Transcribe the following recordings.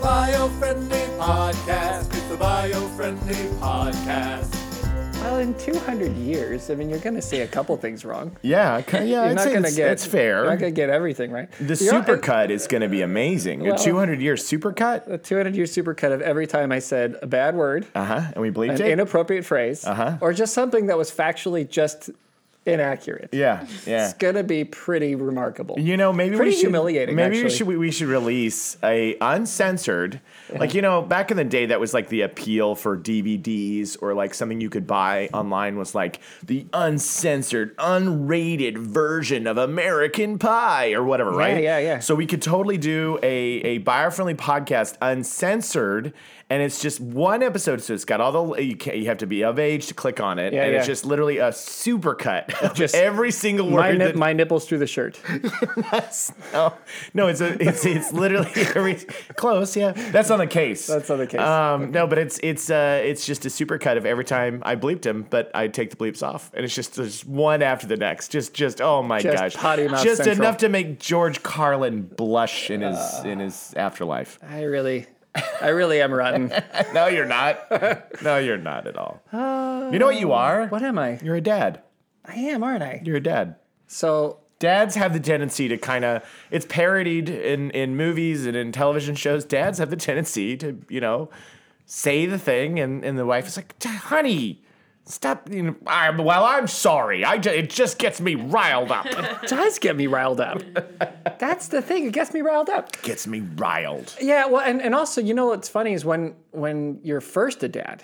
bio-friendly podcast. It's the bio-friendly podcast. Well, in 200 years, I mean, you're going to see a couple things wrong. Yeah, ki- yeah. You're I'd not say going to that's- get. that's fair. You're not going to get everything right. the You're- supercut is going to be amazing. Well- uh, a 200 year supercut. A 200 year supercut of every time I said a bad word, Uh huh. And we believed an it. inappropriate phrase, Uh-huh. or just something that was factually just inaccurate. yeah, yeah. It's going to be pretty remarkable. You know, maybe Pretty we should, humiliating, Maybe actually. we should we, we should release a uncensored, like you know, back in the day, that was like the appeal for DVDs or like something you could buy online was like the uncensored, unrated version of American Pie or whatever, right? yeah, yeah. So we could totally do a a buyer friendly podcast uncensored, and it's just one episode, so it's got all the you can you have to be of age to click on it, Yeah, and it's yeah. just literally a supercut of Just just every single word. my, nip- that- my nipples through the shirt. no, Oh, no, it's a, it's it's literally every, close. Yeah, that's on the case. That's on the case. Um, No, but it's it's uh, it's just a supercut of every time I bleeped him, but I take the bleeps off, and it's just there's one after the next. Just just oh my Just gosh, potty mouth just central. Ah. enough to make George Carlin blush in his in his afterlife. I really, I really am rotten. No, you're not. no, you're not at all. you know what you are? Uh, What am I? You're a dad. I am, aren't I? You're a dad. So dads have the tendency to kind of it's parodied in in movies and in television shows dads have the tendency to you know say the thing and and the wife is like "D- honey stop you know, I, well i'm sorry i ju- it just gets me riled up it does get me riled up. That's the thing. It gets me riled up. gets me riled Yeah, well, and, and also, you know what's funny is when when you're first a dad,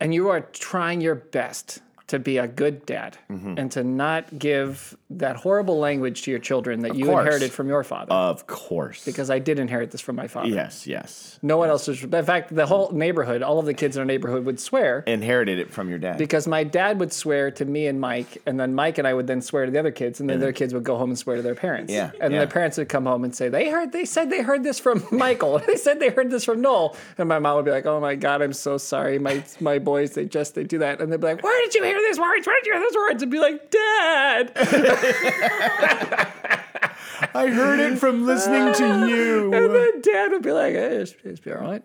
and you are trying your best to be a good dad and to not give that horrible language to your children that you course. Uh, inherited from your father. of course because I did inherit this from my father. yes yes No one else was. In fact, the whole neighborhood, all of the kids in our neighborhood would swear inherited it from your dad because my dad would swear to me and Mike, and then Mike and I would then swear to the other kids, and then their kids would go home and swear to their parents. Yeah, And then yeah. their parents would come home and say, They heard they said they heard this from Michael. they said they heard this from Noel. And my mom would be like, Oh my God, I'm so sorry. My my boys, they just they do that. And they'd be like, Where did you hear these words? Where did you hear those words? And be like, Dad. i heard it from listening to And you then dad would be like, eh, it's, it's be all right.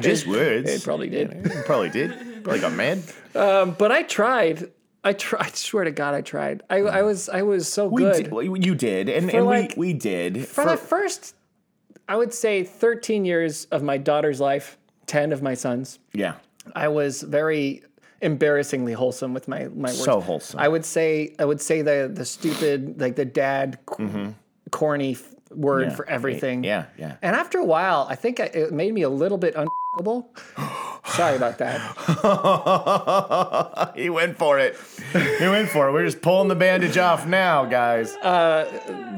just words Probably did. probably did probably got mad But I tried. I tried. I swear to God, I tried. I, I was I was so Mm. we good. did, you did and, and like- we, we did for, the first, I would say, 13 years of my daughter's life, 10 of my son's, yeah I was very embarrassingly wholesome with my my words. So wholesome. I would say I would say the the stupid like the dad c- corny f- word Mm-hmm. Yeah. for everything. yeah yeah And after a while, I think I, it made me a little bit unable. Sorry about that. he went for it. He went for it. We're just pulling the bandage off now, guys. Uh,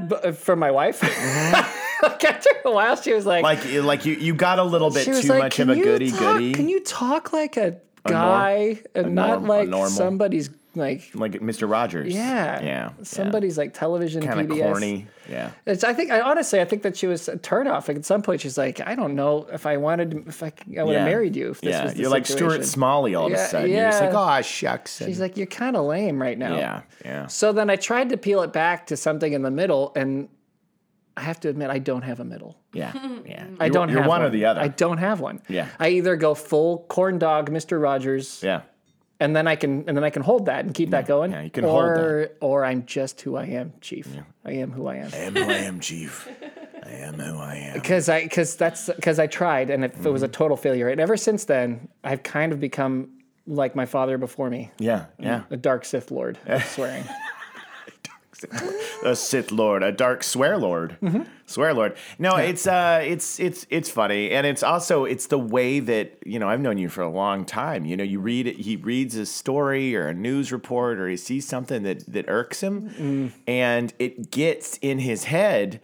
But, uh, from my wife. Like, after a while, she was like, like, like you, you got a little bit she was too like, much "Can of a you goody talk- goody, Can you talk like a guy and not norm- a like normal. somebody's like like Mr. Rogers. yeah yeah. somebody's like television kind of PBS. corny. Yeah. It's, I think I honestly I think that she was a turnoff. Like at some point she's like I don't know if I wanted if I, c- I would yeah. have married you. If this yeah. was the You're like Stuart situation." Smalley all of Yeah, a sudden. You're just yeah. like, oh shucks. and- She's like you're kind of lame right now. yeah, yeah. So then I tried to peel it back to something in the middle, and I have to admit I don't have a middle. Yeah. Yeah. I don't. You're have one or the other. I don't have one. Yeah. I either go full corn dog, Mister Rogers, yeah. and then I can and then I can hold that and keep that going. yeah, you can or, hold Or I'm just who I am, Chief. I am who I am. I am who I am, Chief. I am who I am. Because I because that's because I tried and it, it was a Mm-hmm. total failure. And ever since then, I've kind of become like my father before me, Yeah. Yeah. a dark Sith Lord of swearing. a Sith Lord, a dark swear lord, swear lord. No, it's uh, it's it's it's funny, and it's also it's the way that you know I've known you for a long time. You know, you read he reads a story or a news report or he sees something that that irks him, and it gets in his head.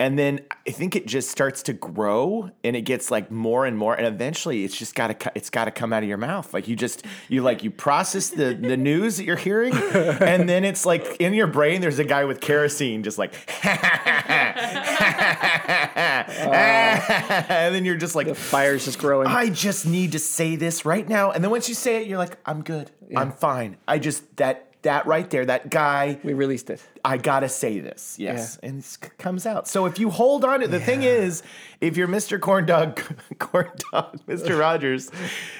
And then I think it just starts to grow, and it gets like more and more, and eventually it's just gotta co- it's gotta come out of your mouth. Like you just you like you process the the news that you're hearing, and then it's like in your brain there's a guy with kerosene just like, and then you're just like, Fire's just growing. I just need to say this right now. And then once you say it, you're like, I'm good, I'm fine. I just that that right there, that guy, We released it. I gotta say this. Yes. And it comes out. So if you hold on to the thing is, if you're Mr. Corndog, Corndog, Mr. Rogers,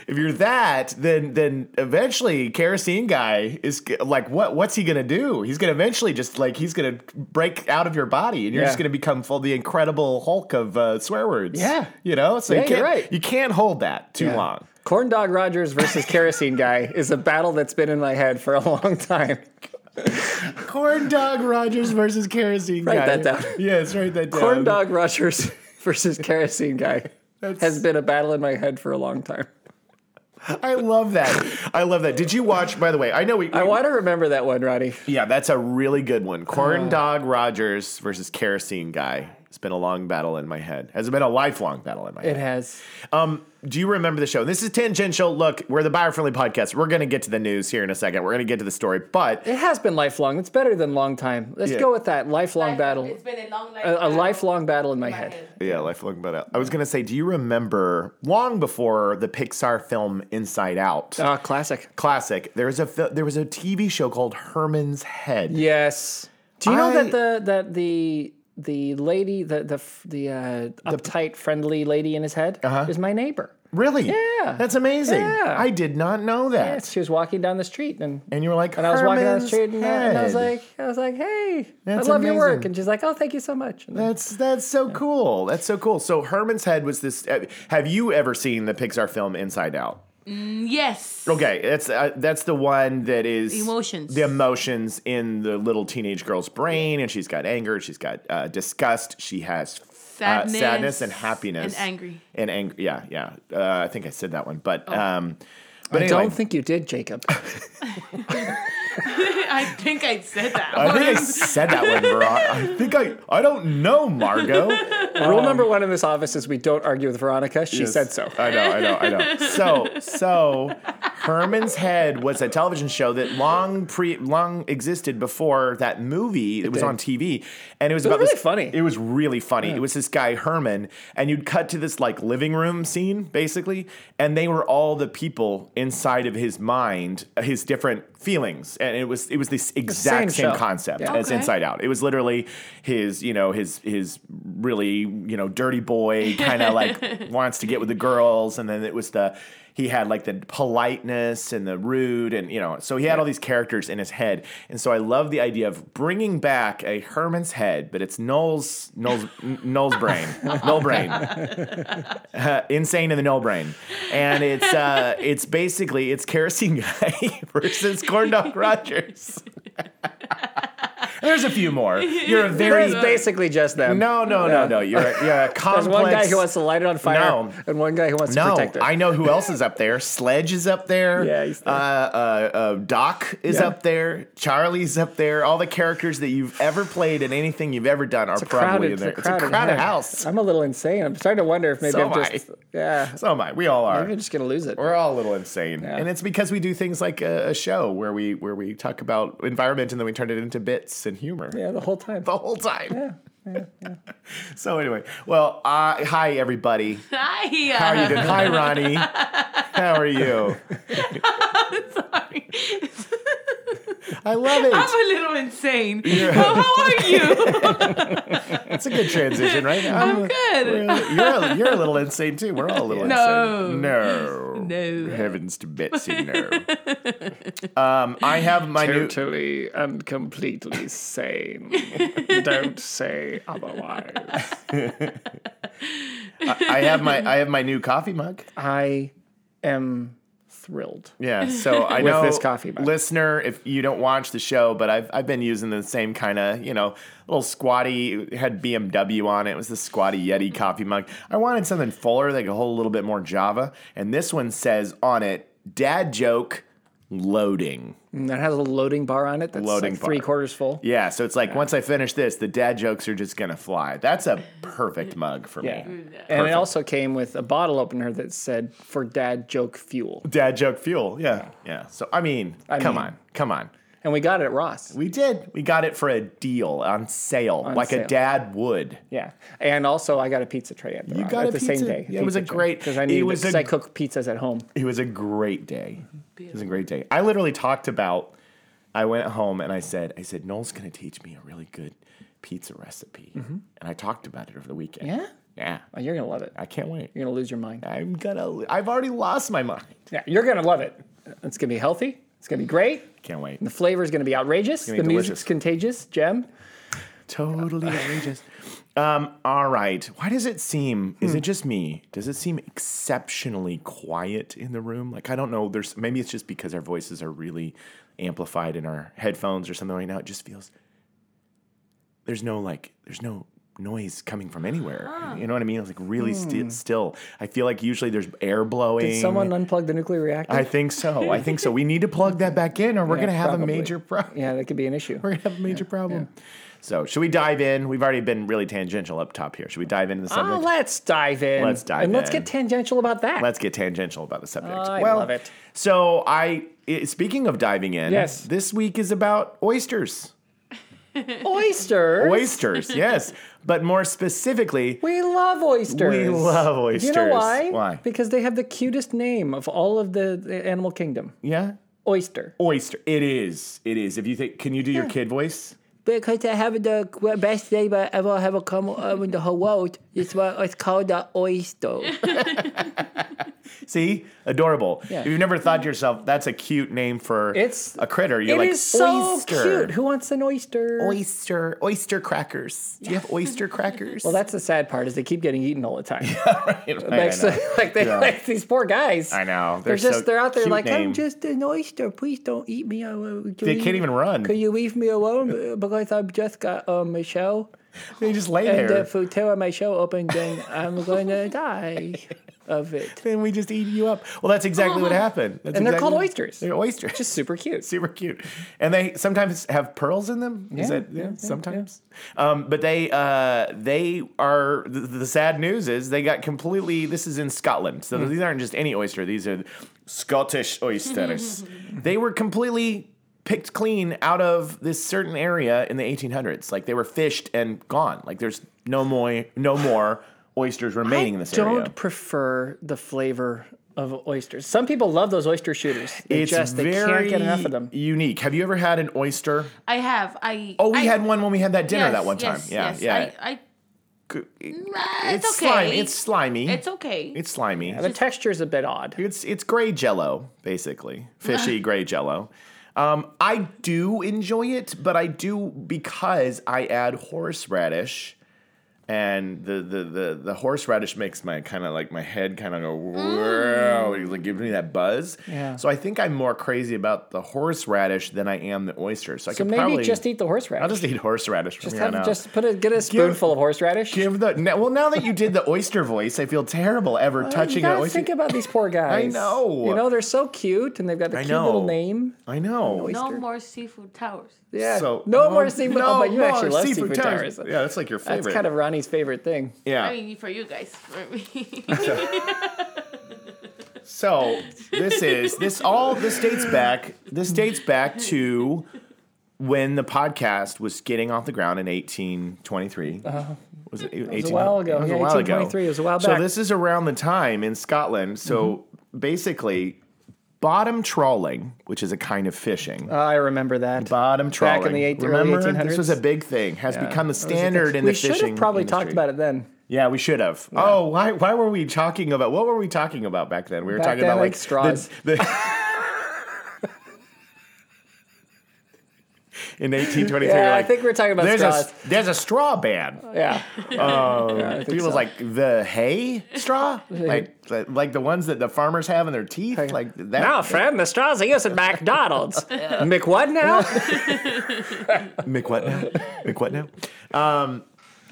if you're that, then then eventually kerosene guy is g- like, what what's he gonna do? He's gonna eventually just like he's gonna break out of your body and you're Yeah. just gonna become full the incredible Hulk of uh, swear words. Yeah. You know? So Yeah, you you're can't right. you can't hold that too Yeah. long. Corn Dog Rogers versus Kerosene Guy is a battle that's been in my head for a long time. Um, Corndog Rogers versus kerosene Write guy. that down. Yes, write that down. Corn Dog Rogers versus Kerosene Guy has been a battle in my head for a long time. I love that. I love that. Did you watch? By the way, I know we. I want to remember that one, Ronnie. yeah, that's a really good one. Corn Dog Rogers versus Kerosene Guy. It's been a long battle in my head. Has been a lifelong battle in my It head. has. Um, do you remember the show? This is tangential. Look, we're the buyer friendly podcast. We're gonna get to the news here in a second. We're gonna get to the story, but It has been lifelong. It's better than long time. Let's Yeah. go with that lifelong battle. It's been a long life. a, a lifelong battle in my head. yeah, lifelong battle. I was gonna say, do you remember long before the Pixar film Inside Out? Ah, classic. Classic. There was a fil- there was a TV show called Herman's Head. Yes. Do you know I- that the that the the lady the the f- the uh, uptight friendly lady in his head Uh-huh. is my neighbor? Really? Yeah. That's amazing. Yeah. I did not know that. Yes, she was walking down the street and And you were like, and I was walking down the Herman's street and, uh, and I was head. like I was like, hey, That's I love your work, amazing. and she's like, oh, thank you so much. And that's that's so cool. That's so cool. So Herman's head was this. uh, have you ever seen the Pixar film Inside Out? uh, Mm, Yes. Okay, that's uh, that's the one that is Emotions. The emotions in the little teenage girl's brain, and she's got anger, she's got uh, disgust, she has Sadness uh, sadness and happiness, and angry. and angry. Yeah, yeah. Uh, I think I said that one, but Oh. um, but I anyway, don't think you did, Jacob. I think I said that. I think I once. said that one wrong. I think I I don't know, Margot. Rule number one in this office is we don't argue with Veronica. She Um, Yes. said so. I know, I know, I know. So, so Herman's Head was a television show that long pre long existed before that movie. It, was did. on TV, and it was, about was really this, funny. It was really funny. It was this guy Herman, and you'd cut to this like living room scene basically, and they were all the people inside of his mind, his different feelings, and it was it was this exact same, show. concept Yeah. as Inside Okay. Inside Out. It was literally his, you know, his his really, you know, dirty boy kind of like wants to get with the girls, and then it was the he had like the politeness and the rude, and you know, so he had all these characters in his head, and so I love the idea of bringing back a Herman's head, but it's Noel's Noel's Noel's brain, Noel brain, Uh, insane in the Noel brain, and it's uh, it's basically it's kerosene guy versus corn dog Rogers. There's a few more. You're a very It's basically just them. no, no, no, no. You're a, you're a complex. There's one guy who wants to light it on fire, No. and one guy who wants to no, protect it. I know who else is up there. Sledge is up there. Yeah, he's there. Uh, uh, uh, Doc is Yeah. up there. Charlie's up there. All the characters that you've ever played in anything you've ever done are probably in there. it's a crowded, it's a crowded house. house. I'm a little insane. I'm starting to wonder if maybe So I'm just am yeah. So am I. Oh We all are. Maybe I'm just gonna lose it. We're all a little insane, and it's because we do things like a, a show where we where we talk about environment and then we turn it into bits and humor. yeah, the whole time. the whole time. so anyway, well, uh, hi everybody. Hi. uh, How are you doing? hi Ronnie. How are you? Sorry. I love it. I'm a little insane. Well, how are you? It's a good transition, right? I'm a- good. You're a, you're a little insane too. We're all a little No. insane. No. No. Heavens to Betsy, no. um, I have my new. Totally and completely sane. Don't say otherwise. I have my. I have my new coffee mug. I am thrilled. Yeah, so I With know this coffee mug. listener, if you don't watch the show, but I've I've been using the same kind of you know little squatty it had BMW on it. It was the squatty Yeti coffee mug. I wanted something fuller that could hold a little bit more Java, and this one says on it, "Dad joke loading." And that has a loading bar on it. That's Loading like three bar. quarters full. Yeah, so it's like once I finish this, the dad jokes are just gonna fly. That's a perfect mug for Mm, Yeah. me. And it also came with a bottle opener that said for dad joke fuel. Dad joke fuel. Yeah, yeah. So I mean, come mean- on, come on. And we got it at Ross. We did. We got it for a deal on sale, like a sale. dad would. Yeah. And also I got a pizza tray at the, You got at a the pizza- same day. yeah, it was a great- because I it needed was it a- 'cause I cook pizzas at home. It was a great day. It was a great day. I literally talked about I went home and I said, I said, Noel's going to teach me a really good pizza recipe. And I talked about it over the weekend. Mm-hmm. Yeah? Yeah. Oh, you're gonna love it. I can't wait. You're gonna lose your mind. I'm going to, I've already lost my mind. Yeah, you're gonna love it. It's gonna be healthy. It's gonna be great. Can't wait. The flavor is gonna be outrageous. gonna the be music's delicious. contagious. Gem. Totally outrageous. Um, all right. Why does it seem, is Hmm. it just me? Does it seem exceptionally quiet in the room? Like, I don't know. There's maybe it's just because our voices are really amplified in our headphones or something right now. It just feels, there's no like, there's no noise coming from anywhere. You know what I mean? It's like really sti- still. I feel like usually there's air blowing. Hmm. Did someone unplug the nuclear reactor? I think so. I think so. We need to plug that back in or we're Yeah, going to have probably. a major problem. yeah, that could be an issue. We're gonna have a major problem. So, should we dive in? We've already been really tangential up top here. Should we dive into the subject? Oh, let's dive in. Let's dive And let's in. get tangential about that. Let's get tangential about the subject. Oh, I love it. So, I i- speaking of diving in, Yes. this week is about oysters. oysters. Oysters, yes, but more specifically, We love oysters. We love You know oysters. why? Why? Because they have the cutest name of all of the, the animal kingdom. yeah, Oyster. oyster. It is. It is. If you think, can you do your kid voice? Because they have the best name I ever have come over in the whole world. It's why it's called the oyster. See, adorable. Yeah. If you've never thought to yourself, that's a cute name for It's a critter. You're It like is so oyster. cute. Who wants an oyster? oyster oyster crackers. Do you have oyster crackers? Well, that's the sad part is they keep getting eaten all the time. Right, I like, so- know. like they Yeah. like these poor guys. I know. They're, so just they're out there cute like I'm name. just an oyster. Please don't eat me. I, will- can They you- can't even run. Can you leave me alone? Uh, Because I've just got um, a show, They just lay and uh, there. if you tear my show open, then I'm going to die of it. Then we just eat you up. Well, that's exactly what happened. Oh. That's And they're exactly- called oysters. They're oysters. Just super cute. super cute. And they sometimes have pearls in them. Is Yeah, that yeah, sometimes? Um, but they uh, they are the, the sad news is they got completely. This is in Scotland, Hmm. so these aren't just any oyster. These are Scottish oysters. they were completely picked clean out of this certain area in the 1800s. Like they were fished and gone. Like there's no more no more oysters remaining in this don't area. prefer the flavor of oysters. Some people love those oyster shooters. They It's just they can't get enough of them. unique. Have you ever had an oyster? I have. I. Oh, we I, had one when we had that dinner yes, that one time. yes, yeah, yes. yeah. I, I, G- uh, it's, it's okay. slimy. It's slimy. It's okay. It's slimy. The texture's a bit odd. It's it's gray jello, basically fishy gray jello. Um, I do enjoy it, but I do because I add horseradish, and the the the, the horseradish makes my kind of like my head kind of go wow, it like gives me that buzz. Mm. Yeah. So I think I'm more crazy about the horseradish than I am the oyster. So I So could maybe probably just eat the horseradish. I'll just eat horseradish from Just here on have, out. just put a get a spoonful of horseradish. Give the now, well now that you did the oyster voice, I feel terrible ever touching you an gotta oyster. think about these poor guys. know. You know they're so cute, and they've got the I cute little know. name. I know. no oyster. more seafood towers. Yeah. So um, no more seafood. oh, but you more actually love seafood, towers. towers. Yeah, that's like your favorite. That's kind of Ronnie's favorite thing. yeah. I mean, for you guys, for me. so this is this all this dates back. This dates back to when the podcast was getting off the ground in 1823. was it 18? It was Uh-huh. a while ago. Yeah, a while ago. 1823. It was a while So back. Mm-hmm. this is around the time in Scotland. So basically, bottom trawling, which is a kind of fishing. I remember that. Bottom trawling. Uh, in the eight- early Remember, 1800s? this was a big thing. Has become the standard in the we fishing. should have probably industry. talked about it then. Yeah, we should have. Oh, why? Why were we talking about? What were we talking about back then? We were Back talking then, about like, like the- straws. the- in 1823, Yeah, like, I think we were talking about there's straws. A, there's a straw ban. Yeah. People was like the hay straw, like like- like the ones that the farmers have in their teeth, like that. friend, the Oh, straws are used at McDonald's. Mick what now? Mick what now? Uh, Mick what now? Um,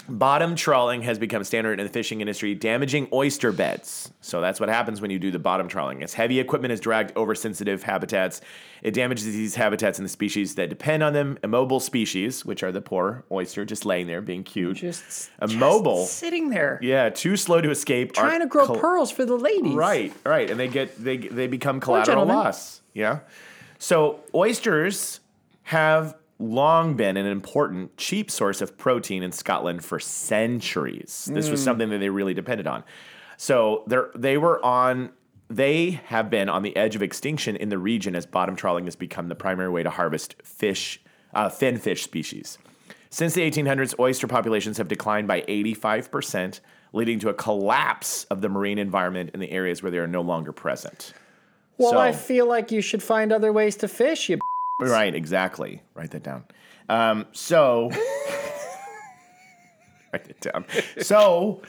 bottom trawling has become standard in the fishing industry, damaging oyster beds. So that's what happens when you do the bottom trawling. As heavy equipment is dragged over sensitive habitats, it damages these habitats and the species that depend on them. Immobile species, which are the poor oyster, just laying there being cute. Just immobile. just sitting there. yeah, too slow to escape. are Trying to grow col- pearls for the ladies. Right, right, and they get they they become collateral gentlemen. loss. Yeah. So oysters have long been an important cheap source of protein in Scotland for centuries. This was something that they really depended on. So they they were on they have been on the edge of extinction in the region as bottom trawling has become the primary way to harvest fish, uh, fin fish species. Since the 1800s, oyster populations have declined by 85%, leading to a collapse of the marine environment in the areas where they are no longer present. Well, So- I feel like you should find other ways to fish. You. Right, exactly. Write that down. Um, so, write it down. So,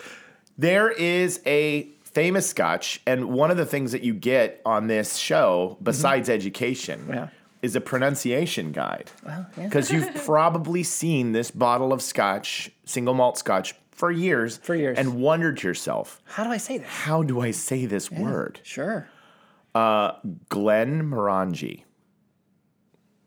there is a famous scotch, and one of the things that you get on this show, besides education, Mm-hmm. Yeah. is a pronunciation guide. Because you've probably seen this bottle of scotch, single malt scotch, for years. For years. And wondered to yourself, How do I say that? how do I say this word? Sure, Glen Morangi.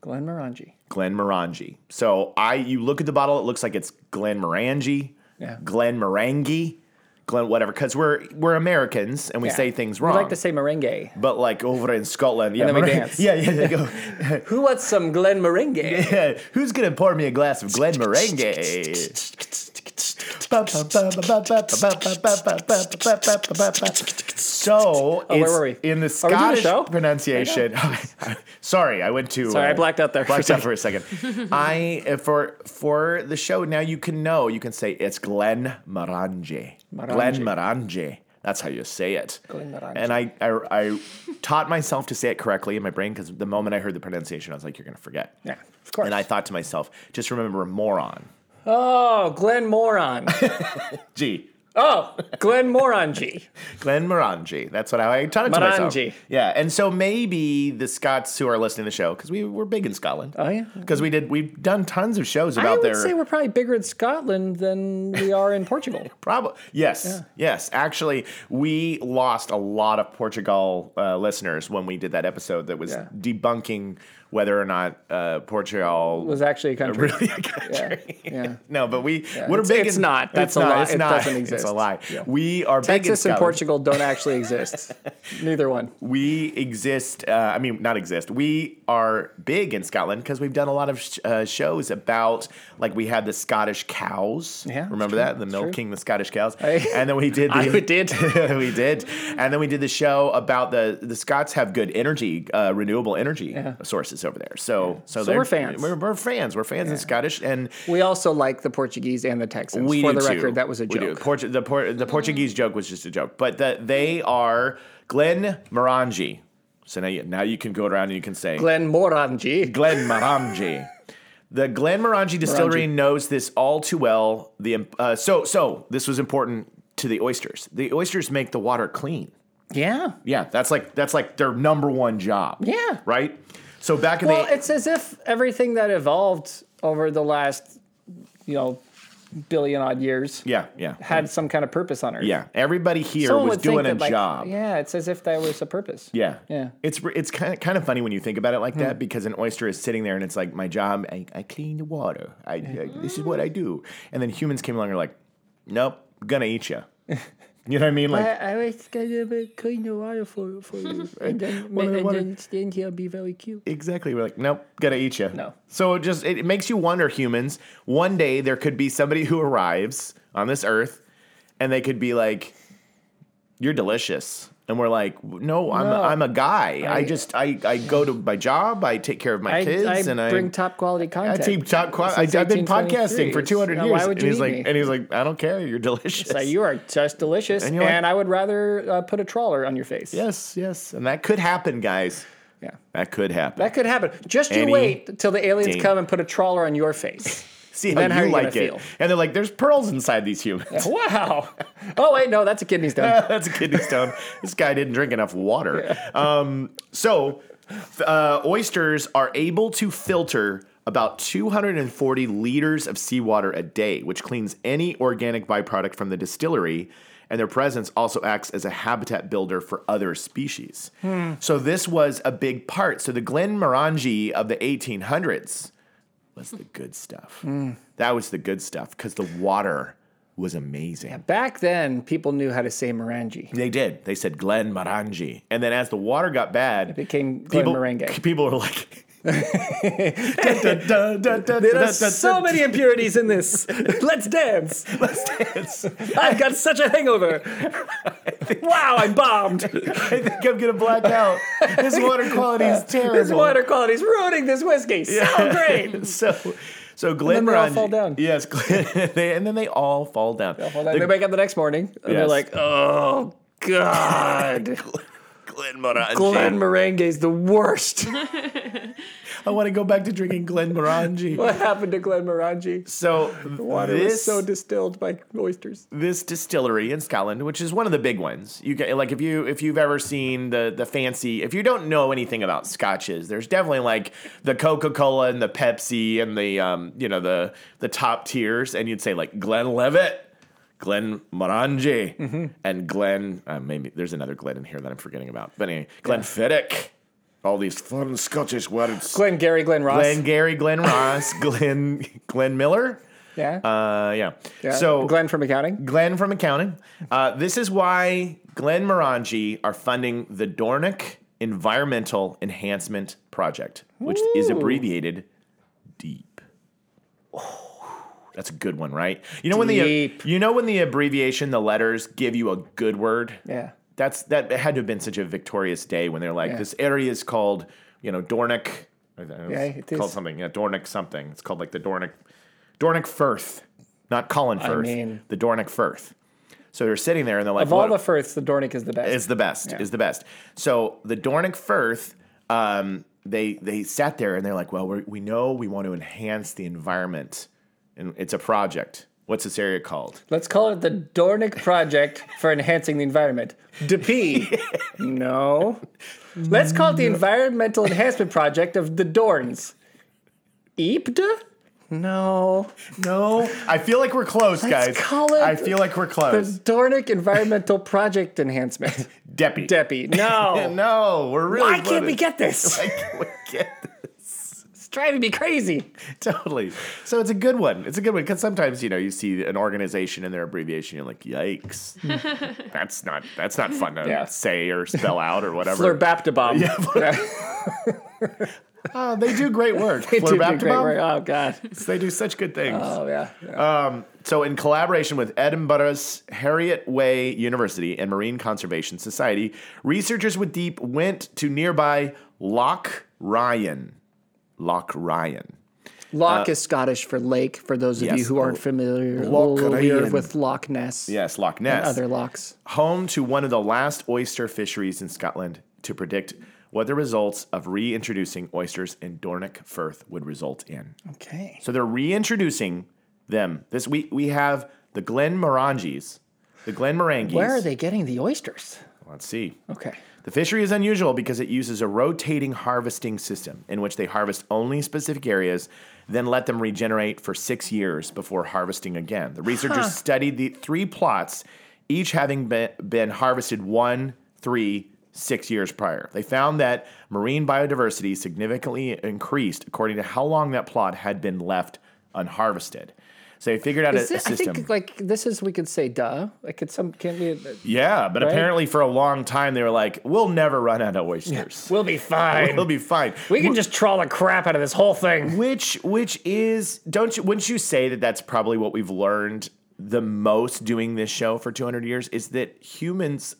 Glenn Morangi. Glen Morangi. So I you look at the bottle, it looks like it's Glen Morangi, Yeah. Glen Morangi, Glen whatever, because we're we're Americans and we Yeah. say things We wrong. like to say merengue. but like over in Scotland, yeah, then we Moran- dance. yeah, yeah. They go, Who wants some Glen merengue? Who's gonna pour me a glass of Glen Morangi? So Oh, where it's were we? in Are we doing the a Scottish show? pronunciation. Sorry, I went to. uh, Sorry, I blacked out there for a Blacked out for a second. I uh, for for the show now you can know you can say it's Glen Morangi. Glen Morangi. That's how you say it. Glen Morangi. And I, I I taught myself to say it correctly in my brain because the moment I heard the pronunciation, I was like, you're gonna forget. Yeah, of course. And I thought to myself, just remember moron. oh, Glen Moron. Gee. Oh, Glen Morangi. Glen Morangi. That's what I, I taught it to Morangi. myself. Yeah, and so maybe the Scots who are listening to the show, because we were big in Scotland. Oh yeah. Because we did, we've done tons of shows I about would their say we're probably bigger in Scotland than we are in Portugal. Probably yes, yes. Actually, we lost a lot of Portugal uh, listeners when we did that episode that was Yeah. debunking whether or not uh, Portugal was actually a country. really a country. yeah. no, but we we're It's- big. it's in- not. That's it's a not, lie. It's It not. doesn't exist. It's a lie. Yeah. We are big in Texas and Scotland. Portugal don't actually exist. Neither one. We exist. Uh, I mean, not exist. We are big in Scotland because we've done a lot of sh- uh, shows about like we had the Scottish cows. Yeah, remember that the milking the Scottish cows, I- and then we did. The, I did. we did, and then we did the show about the the Scots have good energy, uh, renewable energy sources over there. So so, they're- we're fans. We're, we're fans. We're fans in Scottish and. We also like the Portuguese and the Texans. We For do the too. record, that was a We do. joke. Portu- the, Por- the Portuguese joke was just a joke, but the, they are Glen Morangi. So now you, now you can go around and you can say Glen, Glen Morangi. Morangi. The Glen Morangi distillery knows this all too well. The imp- uh, so so this was important to the oysters. The oysters make the water clean. Yeah. Yeah, that's like that's like their number one job. Yeah. right. So back in Well, the it's as if everything that evolved over the last, you know, billion odd years yeah yeah had some kind of purpose on Earth. yeah everybody here Someone was would think doing a that, like, job. Yeah, it's as if that was a purpose. Yeah. Yeah. Hmm. It's re- it's kind of kind of funny when you think about it like that because an oyster is sitting there and it's like my job I, I clean the water. I, I- this is what I do. And then humans came along and are like, "Nope, gonna eat you." You know what I mean? Like I was gonna clean the water for, for you, and then, Well, I and wanted- then stand here and be very cute. exactly. We're like, "Nope, gonna eat you." No. So it just it, it makes you wonder humans, one day there could be somebody who arrives on this earth and they could be like, "You're delicious." And we're like, "No, I'm No. I'm a guy. I, just I, I go to my job, I take care of my I, kids I and bring I top quality I content. keep top qual- I, Since I've been podcasting 1823. for 200 Now, years. why would you and he's eat like, me? and he's like, I don't care. You're delicious. So you are just delicious, And and, you're like- I would rather uh, put a trawler on your face. yes, yes, and that could happen, guys. yeah, That could happen. that could happen. Just you Any wait till the aliens day. come and put a trawler on your face. See how then how you you like it. gonna feel? And they're like, there's pearls inside these humans. wow. Oh wait, no, that's a kidney stone. That's a kidney stone. this guy didn't drink enough water. Um, so, th- uh, oysters are able to filter about 240 liters of seawater a day, which cleans any organic byproduct from the distillery. And their presence also acts as a habitat builder for other species. So, this was a big part. So, the Glen Morangi of the 1800s was the good stuff. That was the good stuff because the water was amazing. Back then, people knew how to say Morangi. They did. They said Glen Morangi. And then as the water got bad, Became Glen people, Merengue. people were like, There are so many impurities in this. Let's dance. Let's dance. I've got such a hangover. Wow, I'm bombed. I think I'm gonna black out. This water quality is terrible. This water quality is ruining this whiskey. So great. So, so Glenmorangie. then they all fall down. Yes, Glen, they, and then they all fall down. Well, then The they wake up the next morning and they're Yes. like, oh, God. Glenmorangie. Glen Meringue is the worst. I want to go back to drinking Glenmorangie. what happened to Glen Meringue? So Water was this so distilled by oysters. this distillery in Scotland, which is one of the big ones. You get like if you if you've ever seen the the fancy if you don't know anything about scotches, there's definitely like the Coca Cola and the Pepsi and the um you know the the top tiers, and you'd say like Glen Levitt. Glen Morangi and Glen, uh, maybe there's another Glen in here that I'm forgetting about. But anyway, Glen all these fun Scottish words. Glen Gary, Glen Ross. Glen Gary, Glen Ross, Glen Glen Miller. yeah. Uh, yeah. yeah. So Glen from accounting. Glenn from accounting. Uh, this is why Glenn Morangi are funding the Dornick Environmental Enhancement Project, which is abbreviated DEEP. Oh, that's a good one, right? You know when Deep. the you know when the abbreviation, the letters give you a good word. Yeah. That's that it had to have been such a victorious day when they're like, Yeah. this area is called, you know, Dornick. Yeah, it's it called is. something. Yeah, Dornick something. It's called like the Dornick, Dornick Firth, not Colin Firth. mean- the Dornick Firth. So they're sitting there and they're like, Of all the what firths, the Dornick is the best. is the best? Is the best. So the Dornick Firth, um, they they sat there and they're like, well, we're, we know we want to enhance the environment, and it's a project. What's this area called? Let's call it the Dornick Project for Enhancing the Environment. DP. no. Let's call it the Environmental Enhancement Project of the Dorns. EEPD? No. No, I feel like we're close, guys. call it I feel like we're The close. Dornick Environmental Project Enhancement. Deppy. Deppy. Oh. No. No, we're really. Why can't we loaded. get this? Why can't we get It's driving me crazy. Totally. So it's a good one. It's a good one because sometimes you know you see an organization and their abbreviation, you're like, "Yikes, that's not that's not fun to Yeah. say or spell out or whatever." Flurbaptabomb. Oh, they do great work. They do do great Flurbaptibom? work. Oh, God. They do such good things. Oh, yeah. So, in collaboration with Edinburgh's Harriet Way University and Marine Conservation Society, researchers with DEEP went to nearby Loch Ryan. Loch Ryan. Loch is Scottish for lake, for those of you Uh, yes, who aren't oh, familiar Loch Ryan. with Loch Ness Yes, Loch and Ness. other locks. home to one of the last oyster fisheries in Scotland to predict what the results of reintroducing oysters in Dornoch Firth would result in. Okay. So they're reintroducing them. This week we have the Glen Morangies, the Glen Morangies. Where are they getting the oysters? Let's see. Okay. The fishery is unusual because it uses a rotating harvesting system in which they harvest only specific areas, then let them regenerate for six years before harvesting again. The researchers studied the three plots, each having been, been harvested one, three, six years prior. They found that marine biodiversity significantly increased according to how long that plot had been left unharvested. So they figured out a, Is a it, I system. think like this is we could say duh. Like it's some can we yeah, but apparently for a long time they were like, we'll never run out of oysters. We'll be fine. It'll be fine. we can just trawl the crap out of this whole thing. Which which is don't you wouldn't you say that that's probably what we've learned the most doing this show for 200 years is that humans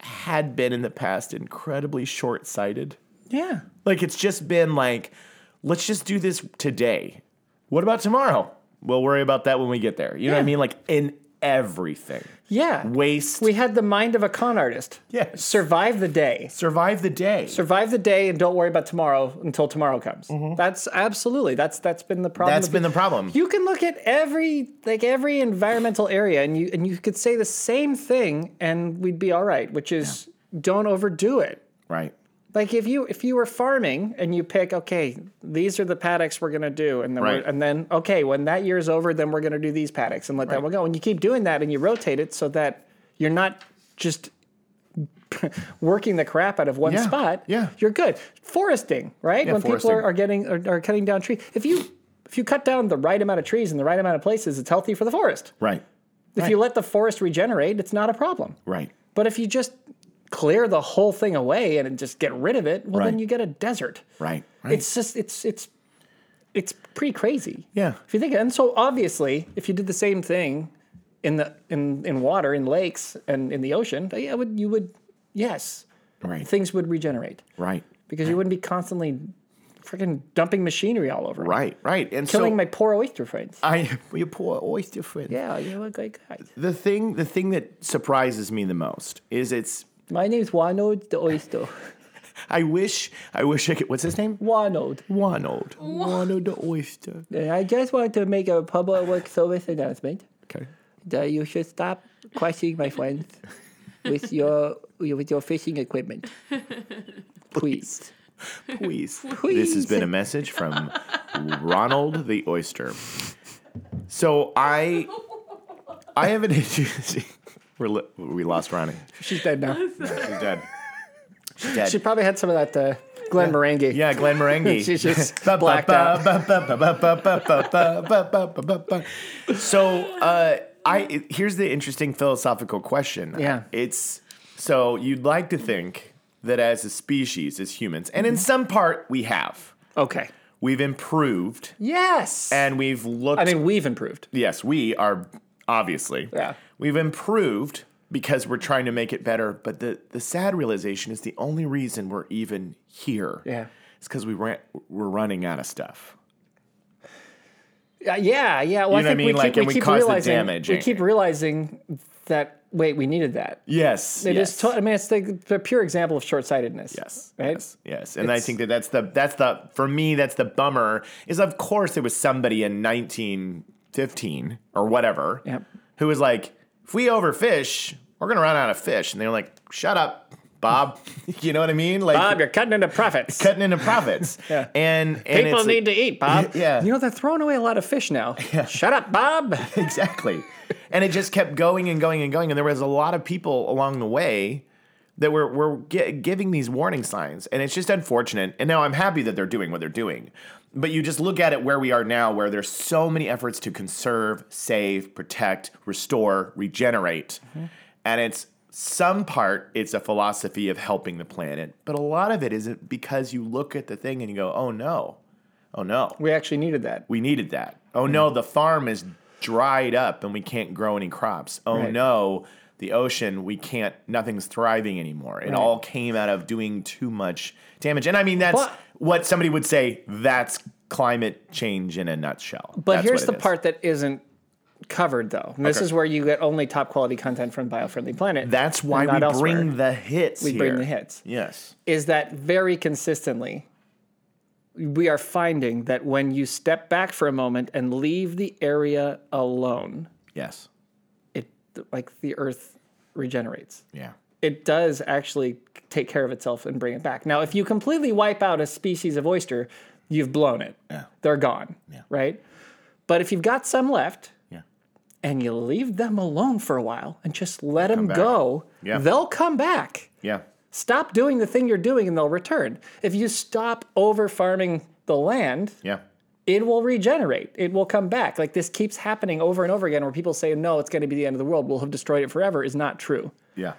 had been in the past incredibly short-sighted. Yeah. Like it's just been like let's just do this today. What about tomorrow? We'll worry about that when we get there. You know what I Yeah. mean like in everything. Yeah. Waste. We had the mind of a con artist. Yeah. Survive the day. survive the day. Survive the day and don't worry about tomorrow until tomorrow comes. Mm-hmm. That's absolutely. That's that's been the problem. That's of been the problem. You can look at every like every environmental area and you and you could say the same thing and we'd be all right, which is don't overdo it. right. Like if you if you were farming and you pick okay these are the paddocks we're gonna do and then Right. we're, and then okay when that year's over then we're gonna do these paddocks and let that one go and you keep doing that and you rotate it so that you're not just working the crap out of one Yeah, spot yeah. you're good foresting right when people foresting. are, are getting are, are cutting down trees if you if you cut down the right amount of trees in the right amount of places it's healthy for the forest Right. if you let the forest regenerate it's not a problem Right. but if you just clear the whole thing away and just get rid of it, well, then Right. you get a desert. Right. Right. It's just it's it's it's pretty crazy. Yeah. If you think and so obviously if you did the same thing in the in in water in lakes and in the ocean, yeah, would you would yes right. things would regenerate right. because you wouldn't be constantly freaking dumping machinery all over. 'em. Right. Right. And Killing so my poor oyster friends. I you poor oyster friend. yeah, you're a great guy. The thing the thing that surprises me the most is it's My name's Wano the oyster. I wish I wish I could what's his name? Wano. Wanold. Wanold the oyster. And I just want to make a public service announcement. Okay. that you should stop questioning my friends with your with your fishing equipment. Please. Please. This has been a message from Ronald the oyster. So I I have an issue. We're li- we lost Ronnie. She's dead now. She's dead. She's dead. She probably had some of that uh, Glen Morangi. Yeah, Glenn Marenghi. She's just blacked out. So uh, I here's the interesting philosophical question. Yeah. it's so you'd like to think that as a species, as humans, and Mm-hmm. in some part we have, Okay. we've improved Yes. and we've looked. I mean, we've improved. yes, we are obviously. Yeah. we've improved because we're trying to make it better. But the the sad realization is the only reason we're even here. Yeah. It's because we ran, we're running out of stuff. Yeah, Uh, yeah, yeah. Well, You know what I I think mean? we Like, keep, and we we keep caused the realizing damage, we ain't keep we? realizing that wait, we needed that. Yes. It is. yes. to- I mean, it's the, the pure example of short-sightedness. Yes. Right. Yes. Yes. And I It's- think that that's the that's the for me that's the bummer is of course there was somebody in 1915 or whatever Yep. who was like if we overfish we're gonna run out of fish and they're like shut up Bob you know what I mean like Bob, you're cutting into profits. cutting into profits yeah. and, and People it's- need to eat, Bob. Yeah. You know they're throwing away a lot of fish now. Shut up, Bob. exactly. And it just kept going and going and going. And there was a lot of people along the way that were, were gi- giving these warning signs. And it's just unfortunate. And now I'm happy that they're doing what they're doing. But you just look at it where we are now, where there's so many efforts to conserve, save, protect, restore, regenerate. And it's some part, it's a philosophy of helping the planet. But a lot of it isn't because you look at the thing and you go, oh no, oh no We actually needed that. we needed that. Oh no, the farm is dried up and we can't grow any crops. Oh Right. no, the ocean, we can't, nothing's thriving anymore. It all came out of doing too much damage. And I mean, that's But- what somebody would say that's climate change in a nutshell. But That's here's what it the is. part that isn't covered, though. And This Okay. is where you get only top quality content from Biofriendly Planet. That's why and we not bring elsewhere. the hits. we bring the hits. Yes. Is that very consistently? We are finding that when you step back for a moment and leave the area alone, Yes. it like the Earth regenerates. Yeah. it does actually take care of itself and bring it back. Now, if you completely wipe out a species of oyster, you've blown it. Yeah. They're gone, right? But if you've got some left Yeah. and you leave them alone for a while and just let them back. go, Yeah. they'll come back. Yeah. Stop doing the thing you're doing and they'll return. If you stop over farming the land, Yeah. it will regenerate. It will come back. Like this keeps happening over and over again where people say, no, it's going to be the end of the world. We'll have destroyed it forever is not true Yeah.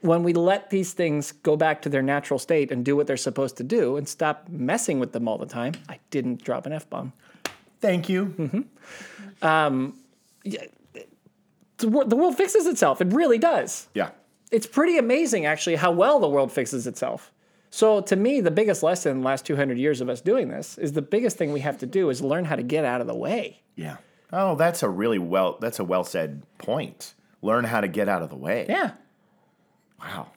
when we let these things go back to their natural state and do what they're supposed to do and stop messing with them all the time, I didn't drop an F bomb. Thank you. The, wor- the world fixes itself. It really does. Yeah. It's pretty amazing, actually, how well the world fixes itself. So, to me, the biggest lesson in the last 200 years of us doing this is the biggest thing we have to do is learn how to get out of the way. Yeah. Oh, that's a really well, that's a well said point. Learn how to get out of the way. Yeah. Wow.